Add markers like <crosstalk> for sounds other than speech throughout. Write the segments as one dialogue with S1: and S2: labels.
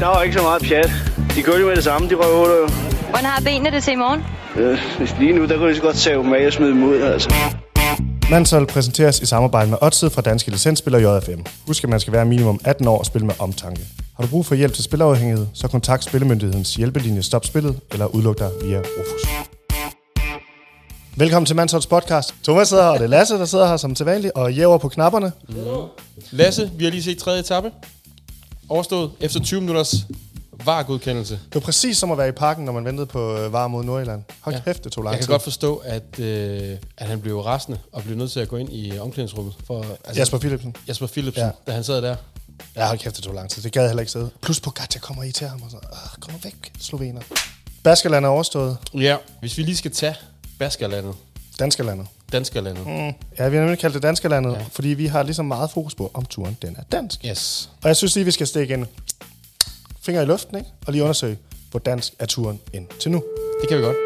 S1: Der var ikke så meget pjat. De kørte jo med det samme, de røvhuller jo.
S2: Hvordan har benene det til i morgen?
S1: Øh, lige nu, der kunne de så godt tage dem af og smide dem ud, altså.
S3: Mansol præsenteres i samarbejde med Odset fra Danske Licensspiller JFM. Husk, at man skal være minimum 18 år og spille med omtanke. Har du brug for hjælp til spilafhængighed, så kontakt Spillemyndighedens hjælpelinje Stop Spillet eller udluk dig via Rufus. Velkommen til Mansholds podcast. Thomas sidder her, og det er Lasse, der sidder her som til vanligt, og jæver på knapperne.
S4: Lasse, vi har lige set tredje etape. Overstået efter 20 minutters varegodkendelse.
S3: Det var præcis som at være i parken, når man ventede på øh, varer mod Nordjylland. Hold ja. kæft, det tog lang
S4: Jeg kan
S3: tid.
S4: godt forstå, at, øh, at han blev rasende og blev nødt til at gå ind i omklædningsrummet. For, altså,
S3: Jesper Philipsen.
S4: Jesper Philipsen,
S3: Ja.
S4: ja. da han sad der.
S3: Ja, hold kæft, det tog lang tid. Det gad jeg heller ikke sidde. Plus på Gatja kommer i til ham og så, "Åh, kom nu væk, slovener. Baskerland er overstået.
S4: Ja. Hvis vi lige skal tage Baskerlandet,
S3: Danskerlandet.
S4: Danskerlandet. Mm.
S3: Ja, vi har nemlig kaldt det Danskerlandet, ja. fordi vi har ligesom meget fokus på, om turen den er dansk.
S4: Yes.
S3: Og jeg synes lige, vi skal stikke en finger i luften, ikke? Og lige undersøge, hvor dansk er turen indtil nu.
S4: Det kan vi godt.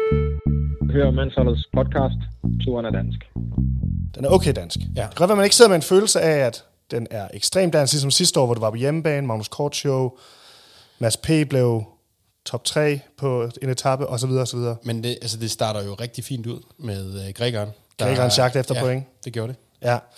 S5: hører Mansholdets podcast, Turen er dansk.
S3: Den er okay dansk. Ja. Det kan godt være, man ikke sidder med en følelse af, at den er ekstremt dansk, ligesom sidste år, hvor det var på hjemmebane, Magnus Kort show, Mads P. blev top 3 på en etape, osv. osv.
S4: Men det, altså, det starter jo rigtig fint ud med øh, Gregeren. der-
S3: Gregorens jagt efter
S4: ja,
S3: point.
S4: det gjorde det.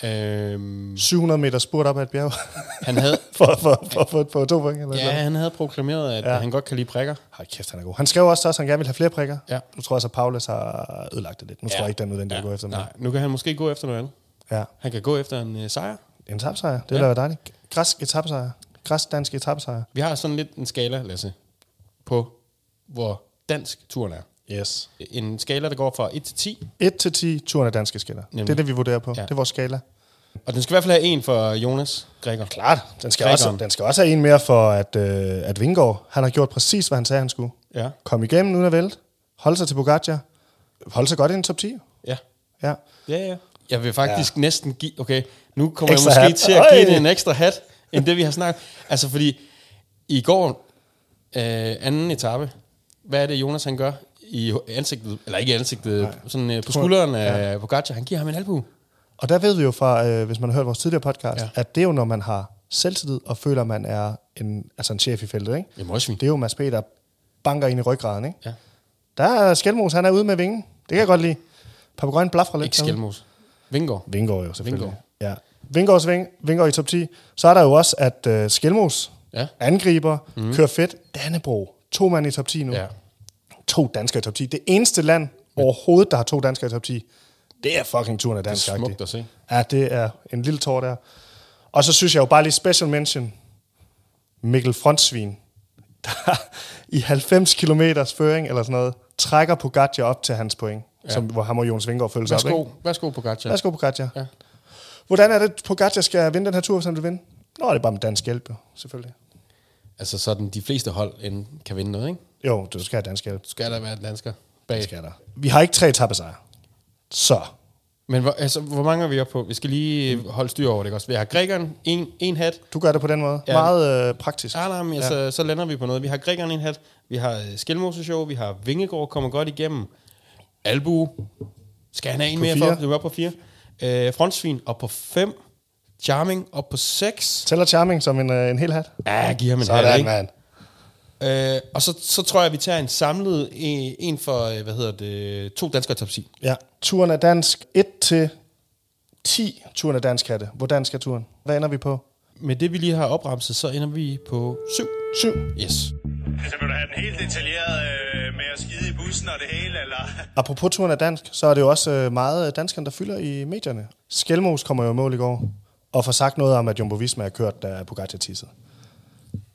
S3: Ja.
S4: Øhm,
S3: 700 meter spurt op ad et bjerg <laughs>
S4: han, havde,
S3: for, for, for, for, for to point. Eller
S4: ja,
S3: sådan.
S4: han havde proklameret, at ja. han godt kan lide prikker.
S3: Hold kæft, han er god. Han skrev også til os, at han gerne ville have flere prikker.
S4: Ja.
S3: Nu tror jeg så, at Paulus har ødelagt det lidt. Nu ja. tror jeg ikke, det er nødvendigt ja. at gå efter
S4: Nej, nu kan han måske gå efter noget andet.
S3: dem. Ja.
S4: Han kan gå efter en øh, sejr.
S3: En tabsejr. Det ville ja. være dejligt. Græsk etapsejr. Græsk dansk etapsejr.
S4: Vi har sådan lidt en skala, Lasse, på hvor dansk turen er.
S3: Yes.
S4: En skala, der går fra 1 til 10,
S3: 1 til 10 turen af danske skiller.
S4: Nemlig.
S3: Det er det, vi vurderer på. Ja.
S4: Ja.
S3: Det er vores skala.
S4: og den skal i hvert fald have en for Jonas Gregor.
S3: Klart. Den skal,
S4: Gregeren.
S3: også, den skal også have en mere for, at, øh, at Vingård, han har gjort præcis, hvad han sagde, han skulle.
S4: Ja.
S3: Kom igennem uden at vælte. Hold sig til Bogacar. Hold sig godt i en top 10.
S4: Ja.
S3: Ja.
S4: Ja, ja. Jeg vil faktisk ja. næsten give... Okay, nu kommer
S3: Ekstra
S4: jeg måske
S3: hat.
S4: til at
S3: Øj.
S4: give det en ekstra hat, end det, vi har snakket. Altså, fordi i går, øh, anden etape, hvad er det, Jonas han gør i ansigtet, eller ikke i ansigtet, Nej. sådan øh, på skulderen af ja. Pogacar, han giver ham en albu.
S3: Og der ved vi jo fra, øh, hvis man har hørt vores tidligere podcast, ja.
S4: Ja.
S3: at det er jo, når man har selvtillid og føler, man er en, altså en chef i feltet. Ikke?
S4: Jamen, også vi.
S3: Det er jo Mads P, der banker ind i ryggraden. Ikke?
S4: Ja.
S3: Der er Skelmos, han er ude med vingen. Det kan jeg godt lide. Papagøjen blaffer lidt.
S4: Ikke Skelmos. Vingård.
S3: Vingård jo, selvfølgelig. Vingård.
S4: Vingård.
S3: Ja. Vingårds ving, Vingård i top 10. Så er der jo også, at uh, Skelmos, ja.
S4: Ja. Mhm.
S3: angriber, mm. kører fedt. Dannebro, to mand i top 10 nu. Ja.
S4: Ja.
S3: To danskere i top 10. Det eneste land overhovedet, der har to danskere i top 10. Det er fucking turen af dansk.
S4: smukt at se.
S3: Ja, det er en lille tår der. Og så synes jeg jo bare lige special mention. Mikkel Frontsvin, der <laughs> i 90 km føring eller sådan noget, trækker Pogacar op til hans point, ja. som, hvor ham og Jonas Vingård følger sig op.
S4: Værsgo,
S3: ikke?
S4: værsgo Pogacar.
S3: Værsgo, Pogacar. Ja.
S4: Ja.
S3: Hvordan er det, Pogacar skal vinde den her tur, hvis han vil vinde? Nå, det er bare med dansk hjælp, jo, selvfølgelig.
S4: Altså sådan, de fleste hold end kan vinde noget, ikke?
S3: Jo, du skal have dansk hjælp. Det
S4: Skal der være en dansker bag?
S3: skal der. Vi har ikke tre etappesejre. Så.
S4: Men hvor, altså, hvor mange er vi oppe på? Vi skal lige øh, holde styr over det, ikke også? Vi har grækeren, en, en hat.
S3: Du gør det på den måde. Ja.
S4: Ja.
S3: Meget øh, praktisk.
S4: Ah, nej, men altså, ja. så lander vi på noget. Vi har grækeren, en hat. Vi har Skelmose Show. Vi har Vingegård, kommer godt igennem. Albu. Skal han have en
S3: På
S4: mere
S3: fire.
S4: for? Du er oppe på fire. Øh, Frontsvin op på fem. Charming op på seks.
S3: Tæller Charming som en, øh, en hel hat.
S4: Ja, giv ham en hat,
S3: Sådan,
S4: ikke?
S3: mand.
S4: Øh, og så, så tror jeg, at vi tager en samlet øh, en for, øh, hvad hedder det, to danskere i top 10.
S3: Ja. Turen er dansk 1 til 10. Turen er dansk, hatte. Hvor dansk er turen? Hvad ender vi på?
S4: Med det, vi lige har opremset, så ender vi på 7.
S3: 7.
S4: Yes.
S6: Altså, vil du have den helt detaljeret øh, med at skide i bussen og det hele, eller?
S3: Apropos turen er dansk, så er det jo også øh, meget danskerne, der fylder i medierne. Skelmos kommer jo i mål i går, og får sagt noget om, at Jumbo Visma er kørt, da Pogacar tissede.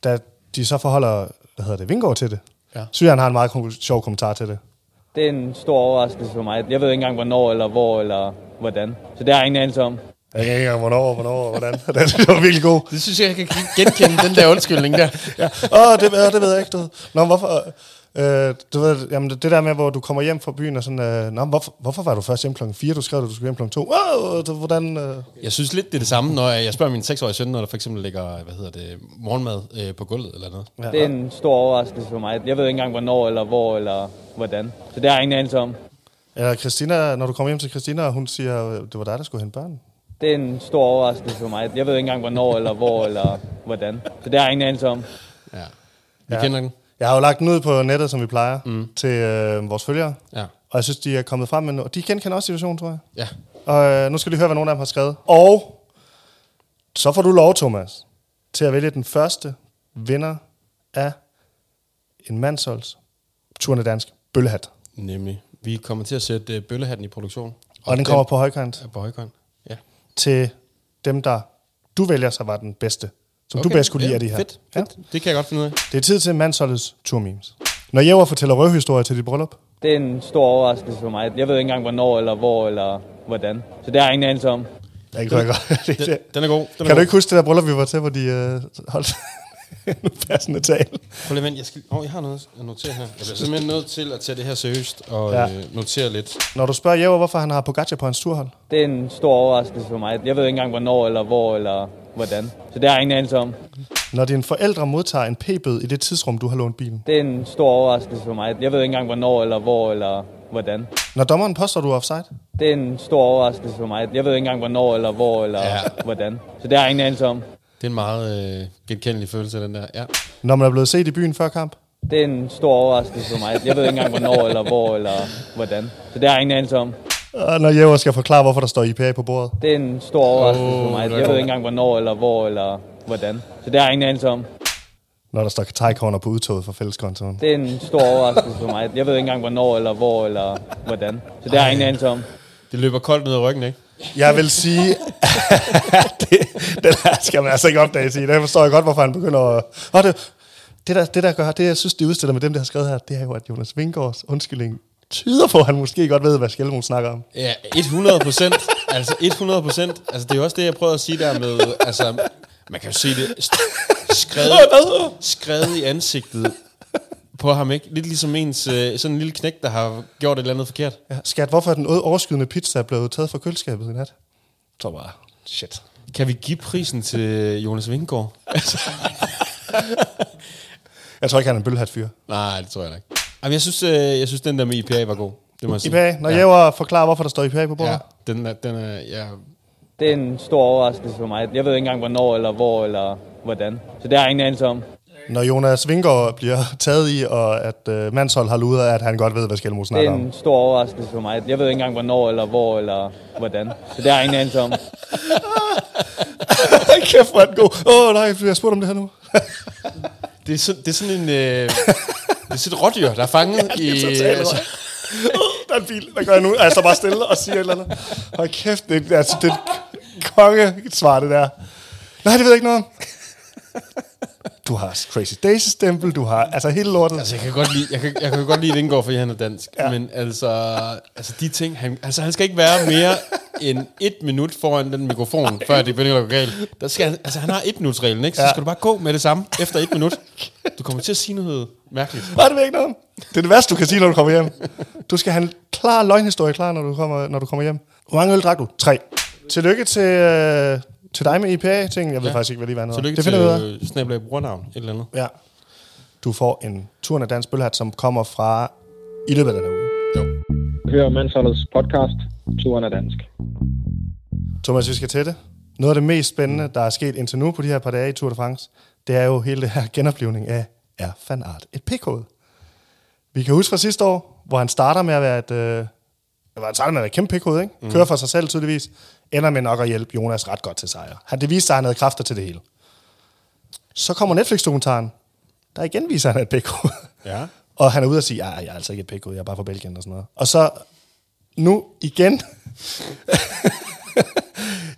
S3: Da de så forholder, hvad hedder det, Vingård til det, ja.
S4: Ja.
S3: synes jeg, han har en meget kon- sjov kommentar til det.
S7: Det er en stor overraskelse for mig. Jeg ved ikke engang, hvornår eller hvor eller hvordan. Så det har jeg ingen anelse om.
S3: Jeg kan ikke engang, hvornår, hvornår, hvordan. <laughs> det var virkelig god.
S4: Det synes jeg, jeg kan genkende den der undskyldning der. <laughs> ja.
S3: Åh, oh, det, ved- det ved jeg ikke, du ved. Nå, men hvorfor... Øh, du ved, jamen, det der med, hvor du kommer hjem fra byen og sådan... Øh, Nå, men hvorfor, hvorfor var du først hjem klokken 4? Du skrev, at du skulle hjem klokken 2. Åh, oh, hvordan... Øh,
S4: Jeg synes lidt, det er det samme, når jeg spørger min 6-årige søn, når der for eksempel ligger, hvad hedder det, morgenmad øh, på gulvet eller noget.
S7: Det er en stor overraskelse for mig. Jeg ved ikke engang, hvornår eller hvor eller hvordan. Så det har jeg ingen anelse om.
S3: Eller Christina, når du kommer hjem til Christina, og hun siger, øh, det var dig, der skulle hente børn.
S7: Det er en stor overraskelse for mig. Jeg ved ikke engang, hvornår eller hvor eller hvordan. Så det har jeg ingen anelse om.
S4: Ja. Vi ja. kender den.
S3: Jeg har jo lagt den ud på nettet, som vi plejer, mm. til øh, vores følgere.
S4: Ja.
S3: Og jeg synes, de er kommet frem med noget. De genkender også situationen, tror jeg.
S4: Ja.
S3: Og øh, nu skal de høre, hvad nogen af dem har skrevet. Og så får du lov, Thomas, til at vælge den første vinder af en mandsholds turne dansk bøllehat.
S4: Nemlig. Vi kommer til at sætte øh, bøllehatten i produktion.
S3: Og, og den kommer på højkant
S4: er på højkøjen. Ja.
S3: til dem, der du vælger sig var den bedste. Som okay. du bedst kunne lide
S4: ja,
S3: af de her.
S4: Fedt,
S3: Ja.
S4: fedt. Det kan jeg godt finde ud af.
S3: Det er tid til mandsholdets turmemes. Når Jæver fortæller røvhistorier til dit bryllup,
S7: Det er en stor overraskelse for mig. Jeg ved ikke engang, hvornår eller hvor eller hvordan. Så det har jeg ingen anelse om.
S3: jeg kan, godt. Det,
S4: Den, den er god. Den er
S3: kan
S4: god.
S3: du ikke huske det der bryllup, vi var til, hvor de øh, holdt en passende tale?
S4: Prøv lige, vent, jeg, skal... oh, jeg har noget at notere her. Jeg bliver simpelthen nødt til at tage det her seriøst og
S3: Ja.
S4: ja. øh, notere lidt.
S3: Når du spørger Jæver, hvorfor han har Pogacar på hans turhold,
S7: Det er en stor overraskelse for mig. Jeg ved ikke engang, hvornår eller hvor eller hvordan. Så det har jeg ingen anelse om.
S3: Når dine forældre modtager en p-bøde i det tidsrum, du har lånt bilen.
S7: Det er en stor overraskelse for mig. Jeg ved ikke engang, hvornår eller hvor eller hvordan.
S3: Når dommeren påstår, du er offside.
S7: Det er en stor overraskelse for mig. Jeg ved ikke engang, hvornår eller hvor eller
S4: Ja.
S7: hvordan. Så det har jeg ingen anelse om.
S4: Det er en meget øh, genkendelig følelse, den der. Ja.
S3: Når man er blevet set i byen før kamp.
S7: Det er en stor overraskelse for mig. Jeg ved ikke engang, hvornår eller hvor eller hvordan. Så det har jeg ingen anelse om.
S3: Og når Jæver skal forklare, hvorfor der står IPA på bordet.
S7: Det er en stor overraskelse for
S4: Åh,
S7: mig.
S4: der
S7: Jeg
S4: kom-
S7: ved ikke engang, hvornår eller hvor eller hvordan. Så det har jeg ingen anelse om.
S3: Når der står kategorner på udtoget fra fælleskontoen.
S7: Det er en stor overraskelse for mig. Jeg ved ikke engang, hvornår eller hvor eller hvordan. Så det har jeg ingen anelse om.
S4: Det løber koldt ned ad ryggen, ikke?
S3: Jeg vil sige, <laughs> at det, den her skal man altså ikke opdage sig. i. Der forstår jeg godt, hvorfor han begynder at... Og det, det, der, det, der gør, det jeg synes, det udstiller med dem, der har skrevet her, det er jo, at Jonas Vingårds undskyldning tyder på, at han måske godt ved, hvad Skelmo snakker om.
S4: Ja, 100 procent. altså 100 procent. Altså det er jo også det, jeg prøvede at sige der med, altså man kan jo se det st- skrevet, skrevet i ansigtet på ham, ikke? Lidt ligesom ens, øh, sådan en lille knæk, der har gjort et eller andet forkert.
S3: Ja. Skat, hvorfor er den overskydende pizza blevet taget fra køleskabet i nat? Så bare, shit.
S4: Kan vi give prisen til Jonas Vingegaard?
S3: Jeg tror ikke, han er en bølhat fyr.
S4: Nej, det tror jeg da ikke. Jamen, jeg synes, øh, jeg synes den der med IPA var god. Det må jeg sige.
S3: IPA, når ja. Jæver forklarer, hvorfor der står IPA på bordet.
S4: Ja, den er, den er, ja,
S7: Det er en stor overraskelse for mig. Jeg ved ikke engang, hvornår eller hvor eller hvordan. Så det har jeg ingen anelse om.
S3: Når Jonas Vingård bliver taget i, og at øh, Manshold har luder, at han godt ved, hvad Skelmo
S7: Det
S3: snakker
S7: er
S3: om.
S7: en stor overraskelse for mig. Jeg ved ikke engang, hvornår eller hvor eller hvordan. Så det har jeg ingen anelse om.
S3: <laughs> Kæft, hvor er den god. Åh oh, nej, jeg har spurgt om det her nu.
S4: det er, sådan, det er sådan en, øh, <laughs> det er sådan et rådyr, der er fanget ja,
S3: Det er
S4: i,
S3: totalt
S4: altså,
S3: Uh, <laughs> der er en bil. Hvad gør jeg nu? Altså bare stille og siger et eller andet. Hold kæft, det, er- altså, det er et kongesvar, det der. Nej, det ved jeg ikke noget om. Du har Crazy Daisy-stempel, du har altså hele lortet.
S4: Altså, jeg kan godt lide, jeg kan, jeg kan godt lide Vingård, fordi han er dansk. Ja. Men altså, altså, de ting, han, altså, han skal ikke være mere end et minut foran den mikrofon, Ej. før det begynder at gå galt. Der skal, han- altså, han har et minuts reglen, ikke? Så
S3: Ja.
S4: ja. skal du bare gå med det samme efter et minut. Du kommer til at sige noget mærkeligt.
S3: Nej, det ved jeg ikke noget om. Det er det værste, du kan sige, når du kommer hjem. Du skal have en klar løgnhistorie klar, når du kommer, når du kommer hjem. Hvor mange øl drak du? Tre. Tillykke til, øh, til dig med IPA-ting. Jeg ved ja. faktisk ikke, hvad det er.
S4: Tillykke
S3: det finder vi ud af.
S4: til øh, Snablag Brugernavn, et eller andet.
S3: Ja. Du får en tur af Dansk Bølhat, som kommer fra i løbet af den her uge.
S5: Hør Mansholdets podcast, Turen er dansk.
S3: Thomas, vi skal til det. Noget af det mest spændende, der er sket indtil nu på de her par dage i Tour de France, det er jo hele det her genoplevning af er fanart et pikkode. Vi kan huske fra sidste år, hvor han starter med at være et, øh, hvor han starter med at være et kæmpe pikkode, ikke? kører for sig selv tydeligvis, ender med nok at hjælpe Jonas ret godt til sejr. Han, det viste sig, at han havde kræfter til det hele. Så kommer Netflix-dokumentaren, der igen viser, at han er et pikkode.
S4: Ja.
S3: Og han er ude og sige, at jeg er altså ikke et pikkode, jeg er bare fra Belgien og sådan noget. Og så nu igen,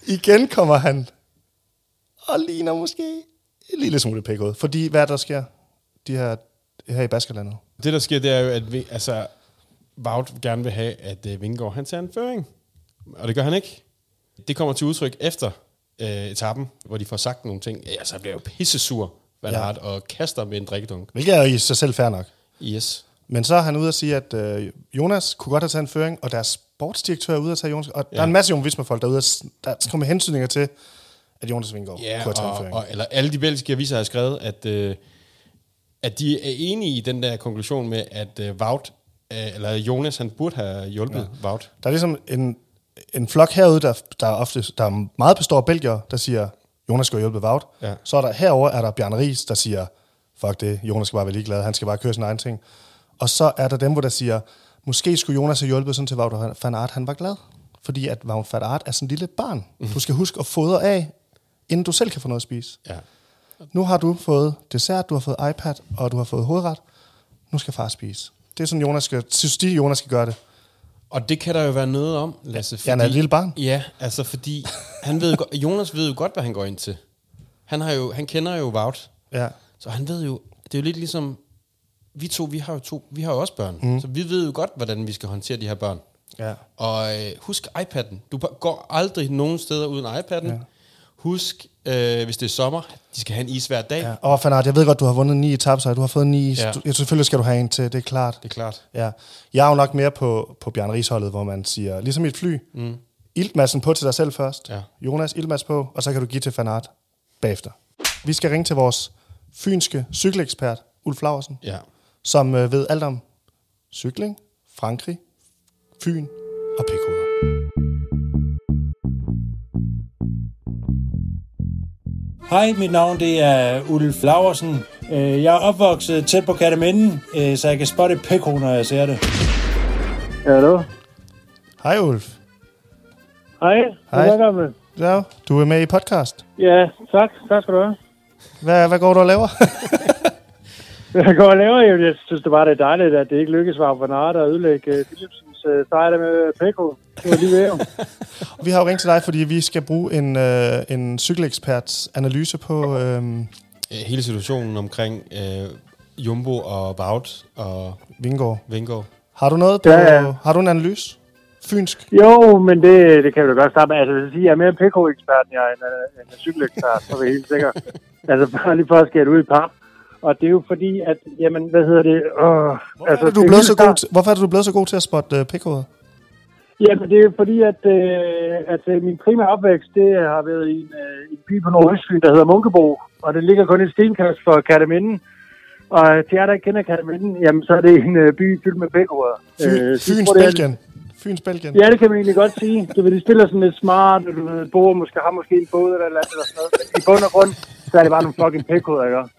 S3: igen kommer han og ligner måske en lille smule pikkode. Fordi hvad er der sker de her, her i Baskerlandet?
S4: Det, der sker, det er jo, at vi, altså, Vaut gerne vil have, at øh, Vingegaard han tager en føring. Og det gør han ikke. Det kommer til udtryk efter øh, etappen, hvor de får sagt nogle ting. Ja, altså, han bliver jo pissesur, Van
S3: Ja.
S4: ja. og kaster med en drikkedunk.
S3: Hvilket er jo i sig selv fair nok.
S4: Yes.
S3: Men så er han ude og sige, at øh, Jonas kunne godt have taget en føring, og deres sportsdirektør er ude og tage Jonas. Og ja. der er en masse Jon Visma-folk derude, og s- der skal komme med hensynninger til, at Jonas Vingård
S4: Ja,
S3: kunne have taget en
S4: og,
S3: føring.
S4: og, eller alle de belgiske aviser har skrevet, at, øh, at de er enige i den der konklusion med, at øh, Vaut, øh, eller Jonas, han burde have hjulpet ja. Vaut.
S3: Der er ligesom en, en flok herude, der, der, er ofte, der er meget består af belgier, der siger, Jonas skal hjælpe Vaut.
S4: Ja.
S3: Så er der herover er der Bjarne Ries, der siger, fuck det, Jonas skal bare være ligeglad, han skal bare køre sin egen ting. Og så er der dem, hvor der siger, måske skulle Jonas have hjulpet sådan til Wout van Aert, han var glad. Fordi at Wout van Aert er sådan en lille barn. Du skal huske at fodre af, inden du selv kan få noget at spise.
S4: Ja.
S3: Nu har du fået dessert, du har fået iPad, og du har fået hovedret. Nu skal far spise. Det er sådan, Jonas skal, synes de, Jonas skal gøre det.
S4: Og det kan der jo være noget om, Lasse.
S3: Ja, han er et lille barn.
S4: Ja, altså fordi han ved, jo go- Jonas ved jo godt, hvad han går ind til. Han, har jo, han kender jo Wout.
S3: Ja.
S4: Så han ved jo, det er jo lidt ligesom, vi to, vi har jo, to, vi har jo også børn.
S3: Mhm.
S4: Mm. Så vi ved jo godt, hvordan vi skal håndtere de her børn.
S3: Ja.
S4: Og øh, husk iPad'en. Du ba- går aldrig nogen steder uden iPad'en. Ja. Husk, øh, hvis det er sommer, de skal have en is hver dag. Ja.
S3: Ja. Og Fanart, jeg ved godt, du har vundet ni etaper, du har fået ni.
S4: Ja.
S3: Ja. Du, ja, selvfølgelig skal du have en til, det er klart.
S4: Det er klart.
S3: Ja. Jeg er jo nok mere på, på Bjørn Riesholdet, hvor man siger, ligesom i et fly, mm. iltmassen på til dig selv først.
S4: Ja.
S3: Jonas, iltmass på, og så kan du give til Fanart bagefter. Vi skal ringe til vores fynske cykelekspert, Ulf Laursen,
S4: Ja.
S3: som øh, ved alt om cykling, Frankrig, Fyn og pikhoveder.
S8: Hej, mit navn det er Ulf Laversen. Øh, Jeg er opvokset tæt på Kataminden, øh, så jeg kan spotte pæko, når jeg ser det.
S9: Hallo?
S3: Hej Ulf.
S9: Hej.
S3: Hej.
S9: Hvad gamle?
S3: Ja, du er med i podcast.
S9: Ja, tak. Tak skal du have. <laughs>
S3: Hvad, hvad går du og laver?
S9: Jeg går og laver jo. Jeg synes det bare, det er dejligt, at det ikke lykkedes for Bernard at ødelægge øh, Philipsens øh, sejr med Pekko. Det var lige ved
S3: <laughs>
S9: jo.
S3: Vi har jo ringet til dig, fordi vi skal bruge en, øh, en cykelekperts analyse på... Øh,
S4: Øh, hele situationen omkring øh, Jumbo og Wout og
S3: Vingård.
S4: Vingård.
S3: Har du noget på,
S9: Ja, ja. Altså,
S3: Har du en analyse? Fynsk?
S9: Jo, men det, det kan vi da godt starte med. Altså, jeg vil sige, jeg er mere Pekko-ekspert, end jeg er en, øh, en cykelekspert, så er vi helt
S3: <laughs>
S9: sikkert. Altså, bare lige for at skære det ud i pap. Og det er jo fordi, at, jamen, hvad hedder det? Åh,
S3: Hvorfor, altså, er det, du er blevet
S9: det hele
S3: så
S9: starter-
S3: god til, hvorfor er det, du er blevet så god til at spotte øh, pikhoveder?
S9: Jamen, det er fordi, at, øh, at øh, min primære opvækst, det har været i en, øh, en by på Nordøstfyn, der hedder Munkebo, og den ligger kun et stenkast fra Kataminden. Og øh, til jer, der ikke kender Kataminden, jamen, så er det en øh, by fyldt med pækhoveder.
S3: Fyn,
S9: så jeg
S3: Fyns
S9: tror, Øh, det er-
S3: Belgien. Fyns Belgien.
S9: Ja, det kan man egentlig godt sige. Du ved, de spiller sådan lidt smart, og du ved, bor måske, har måske en båd eller, et eller andet eller sådan noget. Men I bund og grund, så er det bare nogle fucking pækhoveder, ikke? også?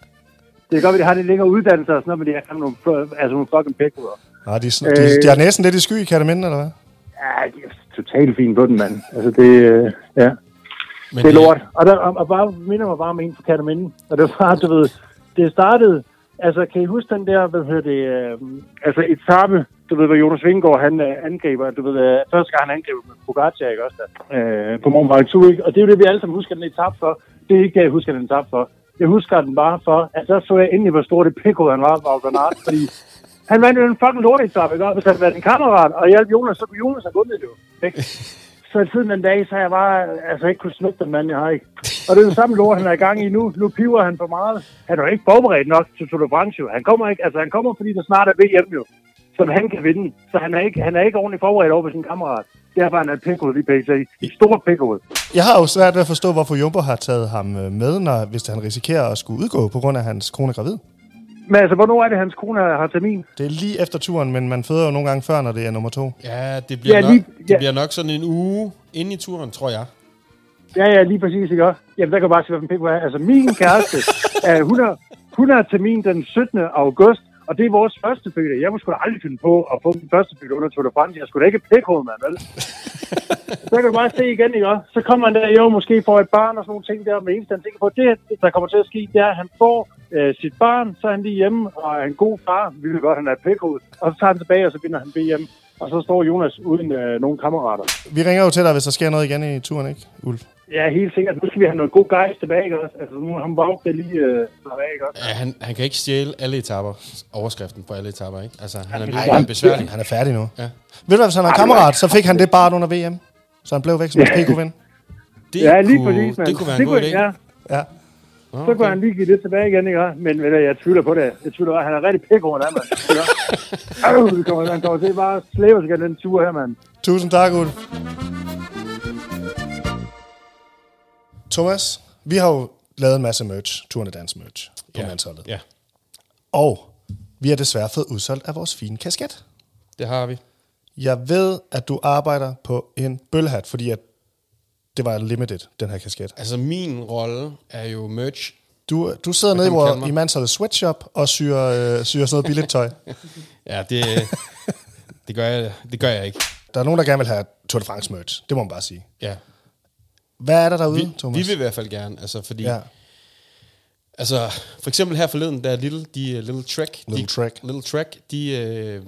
S9: Det er godt, at de har lidt længere uddannelser og sådan noget, men de er fandme nogle, fu- altså nogle fucking pækhoveder.
S3: Nej, de, er sådan- de,
S9: Øh.
S3: de, er næsten lidt i sky i Kataminden, eller hvad?
S9: Ja, de er totalt fine på den, mand. Altså, det, øh, ja.
S4: Men
S9: det er lort. Og, der, og, og bare minder mig bare om en fra Kataminde. Og det var bare, du ved, det startede... Altså, kan I huske den der, hvad hedder det, øh, altså etape, du ved, hvor Jonas Vingegaard, han øh, angriber, du ved, øh, første gang han angriber med Pogacar, ikke også, der, øh, på Mont Ventoux, ikke? Og det er jo det, vi alle sammen husker den etape for. Det er ikke det, jeg husker den etape for. Jeg husker den bare for, at så så jeg endelig, hvor stor det pikkud han var, Wout van Aert, fordi han vandt jo en fucking lortetappe, ikke? Og hvis han havde været en kammerat og hjalp Jonas, så kunne Jonas have vundet det jo, ikke? Så siden den dag, så har jeg bare altså, ikke kunne snuppe den mand, jeg har ikke. Og det er det samme lort, han er i gang i nu. Nu piver han for meget. Han er jo ikke forberedt nok til Tour de France, jo. Han kommer, ikke, altså, han kommer fordi der snart er VM, jo. Som han kan vinde. Så han er ikke, han er ikke ordentligt forberedt over på sin kammerat. Derfor er han et pikkud lige pt. Et stort pikkud.
S3: Jeg har jo svært ved at forstå, hvorfor Jumbo har taget ham øh, med, når, hvis han risikerer at skulle udgå på grund af at hans kone er gravid.
S9: Men altså, hvornår er det, hans kone har har termin?
S3: Det er lige efter turen, men man føder jo nogle gange før, når det er nummer to.
S4: Ja, det bliver,
S9: Ja,
S4: nok,
S9: lige-
S4: det
S9: ja.
S4: bliver nok sådan en uge inden i turen, tror
S9: <laughs>
S4: jeg.
S9: Ja, ja, lige præcis, ikke også? Jamen, der kan jeg bare se, hvad for en pik er. Altså, min kæreste, øh, hun, har, hun har termin den 17. august, og det er vores første fødte. Jeg må sgu da aldrig finde på at få min første fødte under Tour de France. Jeg skulle da ikke pik mand, vel? så kan du bare se igen, ikke også? Så kommer han der, jo, måske får et barn og sådan nogle ting der, men det eneste han tænker på, det, der kommer til at ske, det er, at han får øh, sit barn, så er han lige hjemme, og er en god far. Vi ved godt, han er et pik Og så tager han tilbage, og så vinder han VM. Og så står Jonas uden øh, nogen kammerater.
S3: Vi ringer jo til dig, hvis der sker noget igen i turen, ikke, Ulf?
S9: Ja, helt sikkert. Nu skal vi have noget god gejst tilbage, ikke også? Altså, nu har han bare der lige øh, slappet af, ikke også?
S4: Ja, han, han kan ikke stjæle alle etapper. Overskriften på alle etapper, ikke? Altså, han er virkelig besværlig.
S3: Han er færdig nu.
S4: Ja.
S3: Ved du hvad, hvis han har en kammerat, så fik han det bare under VM. Så han blev væk som en PK-ven.
S4: Det,
S9: <laughs> Ja, lige
S4: kunne,
S9: præcis, mand.
S4: det kunne være en god idé.
S9: Ja,
S3: Ja.
S4: Nå,
S9: så kunne
S4: okay.
S9: han lige give det tilbage igen, ikke også? Men ved du, jeg tvivler på det. Jeg tvivler på, at han er rigtig pik over, der,
S4: <laughs>
S9: mand. Ikke også? Øv, det kommer, han kommer til bare at slæve sig gennem den tur her, mand.
S3: Tusind tak, Ulf. Thomas, vi har jo lavet en masse merch, Turne Dans merch, på ja. mandsholdet.
S4: Ja,
S3: Og vi har desværre fået udsolgt af vores fine kasket.
S4: det har vi.
S3: Jeg ved, at du arbejder på en bølhat, fordi at det var limited, den her kasket.
S4: Altså, min rolle er jo merch
S3: Du, du sidder nede
S4: kan man kalde
S3: hvor,
S4: mig?
S3: i Mansholdet Sweatshop og syr, øh, syr sådan noget billigt
S4: <laughs>
S3: tøj.
S4: Ja, det,
S9: <laughs>
S4: det, gør jeg, det gør jeg ikke.
S3: Der er nogen, der gerne vil have Tour de France merch. Det må man bare sige.
S4: Ja.
S3: Hvad er der derude,
S4: Vi,
S3: Thomas?
S4: vi vil i hvert fald gerne, altså fordi...
S3: Ja.
S4: Ja. Altså, for eksempel her forleden, der Little, de, uh, Little Trek,
S3: Little
S4: de,
S3: Trek.
S4: Little Trek, de øh,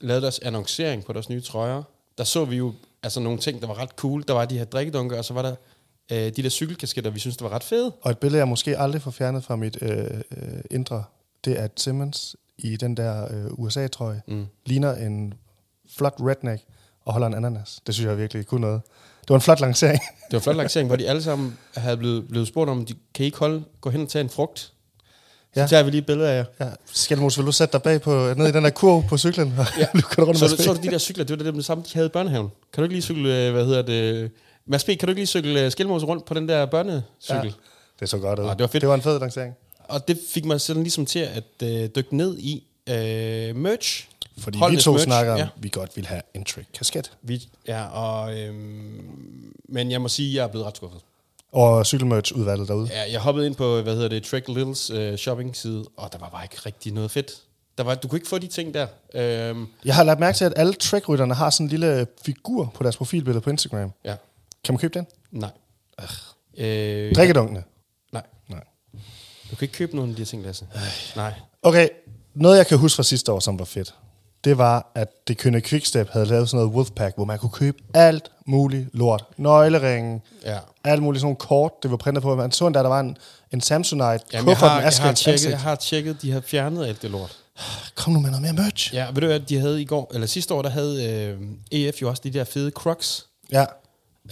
S4: lavede deres annoncering på deres nye trøjer. Der så vi jo altså, nogle ting, der var ret cool. Der var de her drikkedunker, og så var der øh, de der cykelkasketter, vi synes der var ret fede.
S3: Og et billede, jeg måske aldrig får fjernet fra mit øh, øh, indre, det er, at Simmons i den der øh, USA-trøje mm. ligner en flot redneck og holder en ananas. Det synes jeg virkelig kunne noget. Det var en flot lancering. <laughs>
S4: Det var en flot lancering, hvor de alle sammen havde blevet, blevet spurgt om, de, kan I ikke holde, gå hen og tage en frugt? Så
S3: Ja.
S4: ja. tager vi lige et billede af jer.
S3: ja. Skalmos, vil du sætte dig bag på, ned i den der kurv på cyklen? Og <laughs> ja. du kører rundt
S4: Så,
S3: med
S4: så,
S3: spil?
S4: så du de der cykler, det var det, det samme, de havde i børnehaven. Kan du ikke lige cykle, øh, hvad hedder det... Mads P., kan du ikke lige cykle skilmose rundt på den der børnecykel? Ja.
S3: Det så godt ud.
S4: Nå, det var fedt.
S3: Ah, det var en fed lancering.
S4: Og det fik mig sådan ligesom til at øh, dykke ned i øh, merch.
S3: Fordi Hold vi
S4: Holdenes
S3: to
S4: merch,
S3: snakker om,
S4: Ja,
S3: vi godt vil have en trick-kasket.
S4: vi, ja og, øh, men jeg må sige, at jeg er blevet ret skuffet.
S3: Og cykelmerch-udvalget derude.
S4: Ja, jeg hoppede ind på, hvad hedder det, Trek Littles øh, shopping-side, og der var bare ikke rigtig noget fedt. Der var, du kunne ikke få de ting der. Øhm,
S3: Jeg har lagt mærke til, at alle trackrytterne har sådan en lille figur på deres profilbillede på Instagram.
S4: ja,
S3: Kan man købe den?
S4: nej. Øh,
S3: Drikkedunkene.
S4: Nej.
S3: Nej.
S4: Du kan ikke købe nogen af de her ting, Lasse. Nej.
S3: Okay, noget jeg kan huske fra sidste år, som var fedt, det var, at det kønne Quickstep havde lavet sådan noget Wolfpack, hvor man kunne købe alt muligt lort. Nøgleringen,
S4: Ja.
S3: alt muligt sådan nogle kort, det var printet på. Man så endda, der var en, en Samsonite
S4: Jamen, jeg,
S3: kuffert
S4: har,
S3: med
S4: jeg, har
S3: Askens
S4: tjekket,
S3: ansigt.
S4: jeg har tjekket, de har fjernet alt det lort.
S3: Kom nu med noget mere merch.
S4: Ja, ved du hvad, de havde i går, eller sidste år, der havde øh, EF jo også de der fede Crocs,
S3: Ja.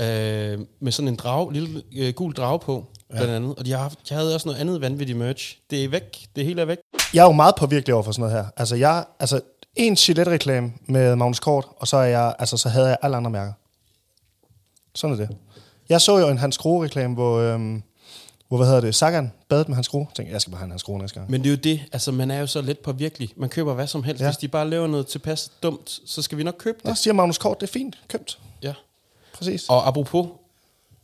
S4: øh, med sådan en drag, lille øh, gul drage på, ja. blandt andet. Og de, har, haft- de havde også noget andet vanvittigt merch. Det er væk. Det hele er væk.
S3: Jeg er jo meget påvirkelig over for sådan noget her. Altså, jeg, altså en Gillette-reklame med Magnus Kort, og så, er jeg, altså, så havde jeg alle andre mærker. Sådan er det. Jeg så jo en Hans Kroge-reklame, hvor, øhm, hvor hvad hedder det, Sagan badede med Hans Kroge. Jeg tænkte, jeg skal bare have en Hans Kroge næste gang.
S4: Men det er jo det, altså man er jo så let på virkelig. Man køber hvad som helst.
S3: Ja.
S4: Ja. Hvis de bare laver noget tilpas dumt, så skal vi nok købe
S3: Nå,
S4: det.
S3: siger Magnus Kort, det er fint, købt.
S4: Ja.
S3: Præcis.
S4: Og apropos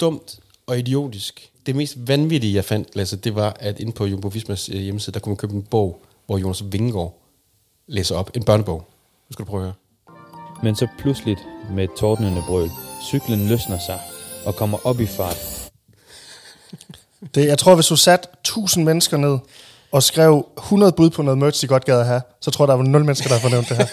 S4: dumt og idiotisk. Det mest vanvittige, jeg fandt, Lasse, det var, at inde på Jumbo Vismas øh, hjemmeside, der kunne man købe en bog, hvor Jonas Vingegaard læser op. En børnebog. Nu skal du prøve at høre.
S7: <laughs> Men så pludseligt med et tordnende brøl. Cyklen løsner sig og kommer op i fart.
S3: Det, jeg tror, hvis du satte 1000 mennesker ned og skrev 100 bud på noget merch, de godt gad at have, så tror jeg, der var 0 mennesker, der har fornævnt det her.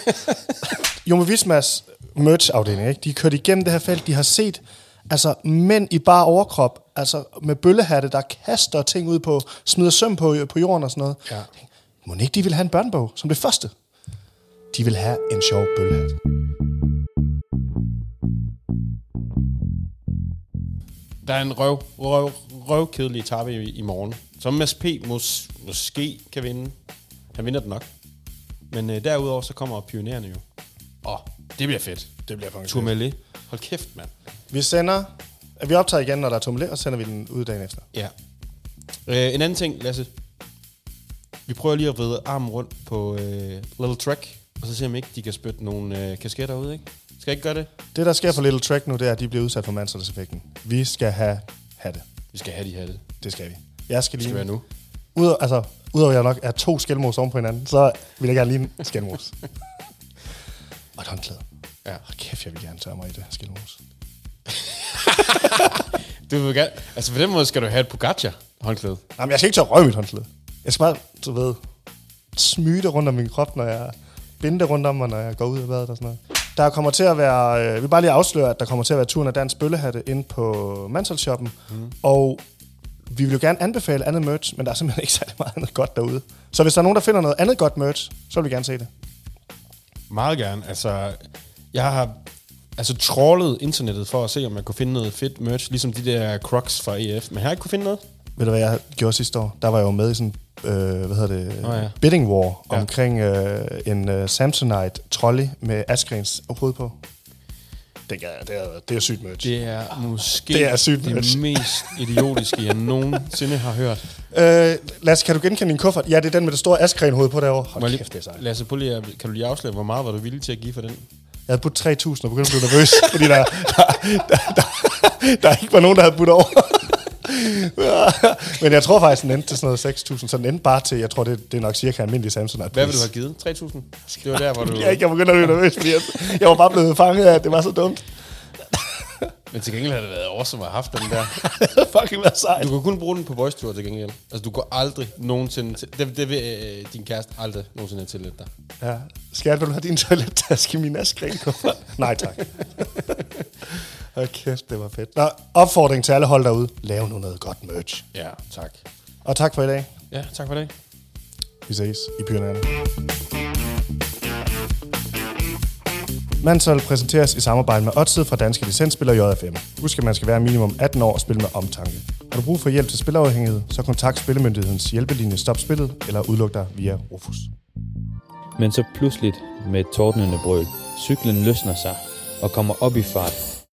S3: Jumbo Vismas merch-afdeling, ikke? de er kørt igennem det her felt, de har set altså, mænd i bare overkrop, altså med bøllehatte, der kaster ting ud på, smider søm på, øh, på jorden og sådan noget. Ja. Må ikke de vil have en børnebog som det første? De vil have en sjov bøllehat.
S4: Der er en røv, røv, røvkedelig etape i, i morgen, som Mads P. Mås, måske kan vinde. Han vinder den nok. Men øh, derudover så kommer pionererne jo. Åh, det bliver fedt.
S3: Det bliver faktisk
S4: Tourmalet. Hold kæft, mand.
S3: Vi sender... Er vi optaget igen, når der er tumle, og så sender vi den ud dagen efter.
S4: Ja. Øh, en anden ting, Lasse. Vi prøver lige at vride armen rundt på øh, Little Track, og så ser vi ikke, de kan spytte nogle øh, kasketter ud, ikke? Skal jeg ikke gøre det?
S3: Det, der sker for Little Track nu, det er, at de bliver udsat for mandsholdseffekten. Vi skal have hatte.
S4: Vi skal have de her. Det
S3: Det skal vi. Jeg skal lige...
S4: skal være nu.
S3: Ud, altså, udover at jeg nok er to skælmos oven på hinanden, så vil jeg gerne lige en
S4: <laughs>
S3: skælmos. Og et håndklæde.
S4: Ja.
S3: Hold kæft, jeg vil gerne tørre mig i det her skælmos.
S4: Du vil gerne... Altså, på den måde skal du have et Pogacar-håndklæde.
S3: Nej, men jeg skal ikke tørre røv i mit håndklæde. Jeg skal bare, du ved, smyge det rundt om min krop, når jeg binde det rundt om mig, når jeg går ud af badet og sådan noget. Der kommer til at være, øh, vi vil bare lige afsløre, at der kommer til at være turen af Dansk Bøllehatte ind på Mansholdshoppen. Mm. Og vi vil jo gerne anbefale andet merch, men der er simpelthen <laughs> ikke særlig meget andet godt derude. Så hvis der er nogen, der finder noget andet godt merch, så vil vi gerne se det.
S4: Meget gerne. Altså, jeg har altså trawlet internettet for at se, om jeg kunne finde noget fedt merch, ligesom de der Crocs fra EF. Men jeg har ikke kunne finde noget.
S3: Ved du, hvad jeg gjorde sidste år? Der var jeg jo med i sådan, øh, hvad hedder det,
S4: Nå ja.
S3: bidding war
S4: Ja.
S3: omkring øh, en øh, Samsonite trolley med Asgrens hoved på. Det, gad jeg, det, er, det er sygt merch.
S4: Det er måske
S3: Det er sygt merch.
S4: det <laughs> mest idiotiske, jeg nogensinde har hørt.
S3: Øh, Lasse, kan du genkende din kuffert? Ja, det er den med det store Askren hoved på derovre.
S4: Må jeg
S3: Hold
S4: lige-
S3: kæft, det er sejt.
S4: Lasse, prøv lige, at- kan du lige afsløre, hvor meget var du villig til at give for den?
S3: Jeg havde budt 3.000 <laughs> og begyndte at blive nervøs, fordi der, der, der, der, der, ikke var nogen, der havde budt over. <laughs> Men jeg tror faktisk, den endte til sådan noget 6.000, så den endte bare til, jeg tror, det, det er nok cirka almindelig Samsung.
S4: Hvad ville du have givet? 3.000? Det var der, <laughs> hvor du...
S3: Jeg, jeg begynder at blive nervøs, fordi jeg, jeg var bare blevet fanget af, at det var så dumt. <laughs>
S4: Men til gengæld har det været awesome at have haft den <laughs> der.
S3: det havde fucking været sejt.
S4: Du kan kun bruge den på voice tour til gengæld. Altså, du går aldrig nogensinde... Til, det, det vil øh, din kæreste aldrig nogensinde tillade dig.
S3: Ja. Skat, vil du have din toilettaske i min askrænkuffert? <laughs> Nej, tak. Hold kæft, det var fedt. Nå, opfordring til alle hold derude. Lav nu noget godt merch.
S4: Ja, tak.
S3: Og tak for i dag.
S4: Ja, tak for i dag.
S3: Vi ses i byerne. Mansol præsenteres i samarbejde med Odset fra Danske Licensspiller JFM. Husk, at man skal være minimum 18 år og spille med omtanke. Har du brug for hjælp til spilafhængighed, så kontakt Spillemyndighedens hjælpelinje Stop Spillet eller udluk dig via Rufus.
S10: Men så pludseligt med et tordnende brøl. Cyklen løsner sig og kommer op i fart